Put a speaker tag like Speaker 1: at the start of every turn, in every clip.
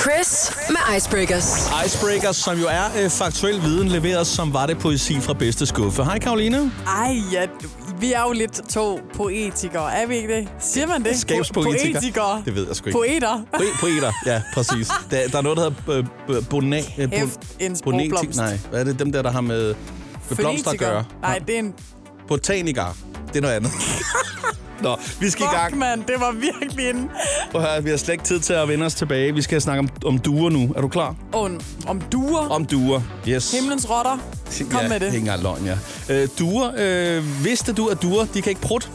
Speaker 1: Chris med Icebreakers.
Speaker 2: Icebreakers, som jo er øh, faktuel viden, leveret som var det poesi fra bedste skuffe. Hej Karoline.
Speaker 3: Ej, ja, vi er jo lidt to poetikere, er vi ikke det? Siger man det?
Speaker 2: Skabspoetikere.
Speaker 3: Po- poetikere.
Speaker 2: Det ved jeg sgu ikke.
Speaker 3: Poeter.
Speaker 2: Poe- Poeter, ja, præcis. E- Der, der er noget, der hedder øh, øh, bona, øh, bon-
Speaker 3: Hæft en sprogblomst.
Speaker 2: Nej, hvad er det? Dem der, der har med, med blomster at gøre.
Speaker 3: Nej, det er en...
Speaker 2: Botaniker. Det er noget andet. Nå, vi skal i
Speaker 3: Fuck,
Speaker 2: gang.
Speaker 3: mand, det var virkelig en...
Speaker 2: Prøv at høre, vi har slet ikke tid til at vende os tilbage. Vi skal snakke om, om duer nu. Er du klar?
Speaker 3: Oh, en- om duer. Om...
Speaker 2: Om duer. Yes.
Speaker 3: Himlens rotter. Kom
Speaker 2: ja,
Speaker 3: med det.
Speaker 2: ikke engang løgn, ja. Øh, duer. Øh, vidste du, at duer, de kan ikke prutte?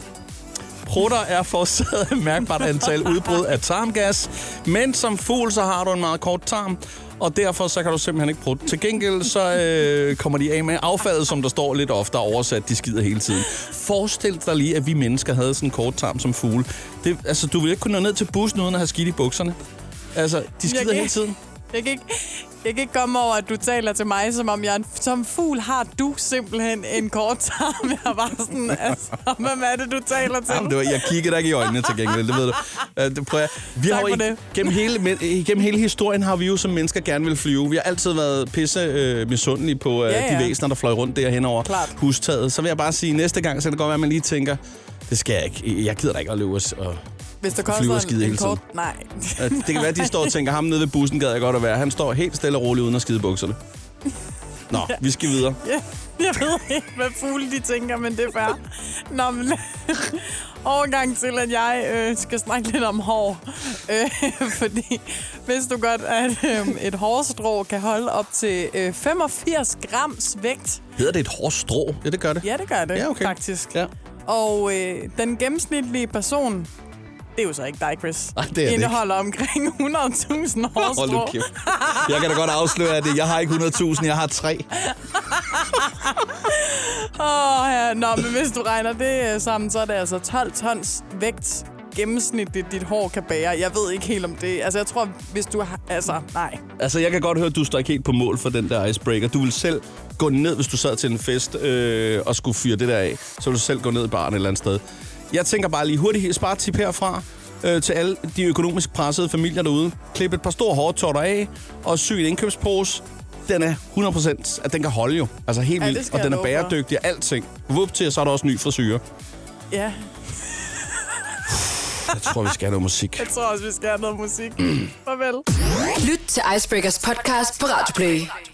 Speaker 2: Prutter er forårsaget af mærkbart antal udbrud af tarmgas, men som fugl, så har du en meget kort tarm, og derfor så kan du simpelthen ikke prutte. Til gengæld så øh, kommer de af med affaldet, som der står lidt oftere oversat, de skider hele tiden. Forestil dig lige, at vi mennesker havde sådan en kort tarm som fugle. Det, altså, du ville ikke kunne nå ned til bussen uden at have skidt i bukserne. Altså, de skider
Speaker 3: kan-
Speaker 2: hele tiden.
Speaker 3: Jeg kan, ikke, jeg kan ikke komme over, at du taler til mig, som om jeg er en, som fugl har du simpelthen en kort tarm. Jeg er bare sådan, altså, hvem er det, du taler til?
Speaker 2: Jamen, det var, jeg kiggede dig ikke i øjnene til gengæld, det ved du. Øh, det, prøv at, vi
Speaker 3: Tak
Speaker 2: har jo
Speaker 3: for
Speaker 2: ikke-
Speaker 3: det.
Speaker 2: Gennem hele, men- øh, gennem hele historien har vi jo som mennesker gerne vil flyve. Vi har altid været pisse øh, misundelige på øh,
Speaker 3: Ja,
Speaker 2: de
Speaker 3: ja.
Speaker 2: væsener, der fløj rundt der henover
Speaker 3: Klart.
Speaker 2: hustaget. Så vil jeg bare sige, at næste gang, så kan det godt være, at man lige tænker, det skal jeg ikke. Jeg gider da ikke at løbe os. Og...
Speaker 3: Hvis der
Speaker 2: Flyver
Speaker 3: koster
Speaker 2: skide hele
Speaker 3: en, en
Speaker 2: tiden.
Speaker 3: kort... Nej.
Speaker 2: Øh, Det kan være, at de står og tænker, ham nede ved bussen gad jeg godt at være. Han står helt stille og roligt uden at skide i bukserne. Nå, vi skal videre.
Speaker 3: Ja, jeg ved ikke, hvad fugle de tænker, men det er fair. Nå, men overgang til, at jeg øh, skal snakke lidt om hår. Øh, fordi hvis du godt, at øh, et hårstrå kan holde op til øh, 85 grams vægt.
Speaker 2: Hedder det et hårdt strå? Ja, det gør det.
Speaker 3: Ja, det gør det
Speaker 2: Ja, okay.
Speaker 3: faktisk.
Speaker 2: Ja.
Speaker 3: Og øh, den gennemsnitlige person, det er jo så ikke dig, Chris,
Speaker 2: Nej, det er det
Speaker 3: indeholder omkring 100.000 hårstrå.
Speaker 2: Hold nu kæft. Jeg kan da godt afsløre, at jeg har ikke 100.000, jeg har tre.
Speaker 3: Åh, oh, ja. Nå, men hvis du regner det øh, sammen, så er det altså 12 tons vægt gennemsnitligt, dit hår kan bære. Jeg ved ikke helt om det. Altså, jeg tror, hvis du har... Altså, nej.
Speaker 2: Altså, jeg kan godt høre, at du står ikke helt på mål for den der icebreaker. Du vil selv gå ned, hvis du sad til en fest øh, og skulle fyre det der af. Så vil du selv gå ned i baren et eller andet sted. Jeg tænker bare lige hurtigt spartip herfra øh, til alle de økonomisk pressede familier derude. Klip et par store hårtotter af og sy en indkøbspose. Den er 100%, at den kan holde jo. Altså helt
Speaker 3: Ja, det
Speaker 2: vildt.
Speaker 3: skal
Speaker 2: Og
Speaker 3: jeg
Speaker 2: den er
Speaker 3: love for.
Speaker 2: bæredygtig og alting. Vup til, og så er der også ny frisyre.
Speaker 3: Ja,
Speaker 2: Jeg tror, vi skal have noget musik.
Speaker 3: jeg tror også, vi skal have noget musik. Farvel.
Speaker 1: Lyt til Icebreakers podcast på Radio Play.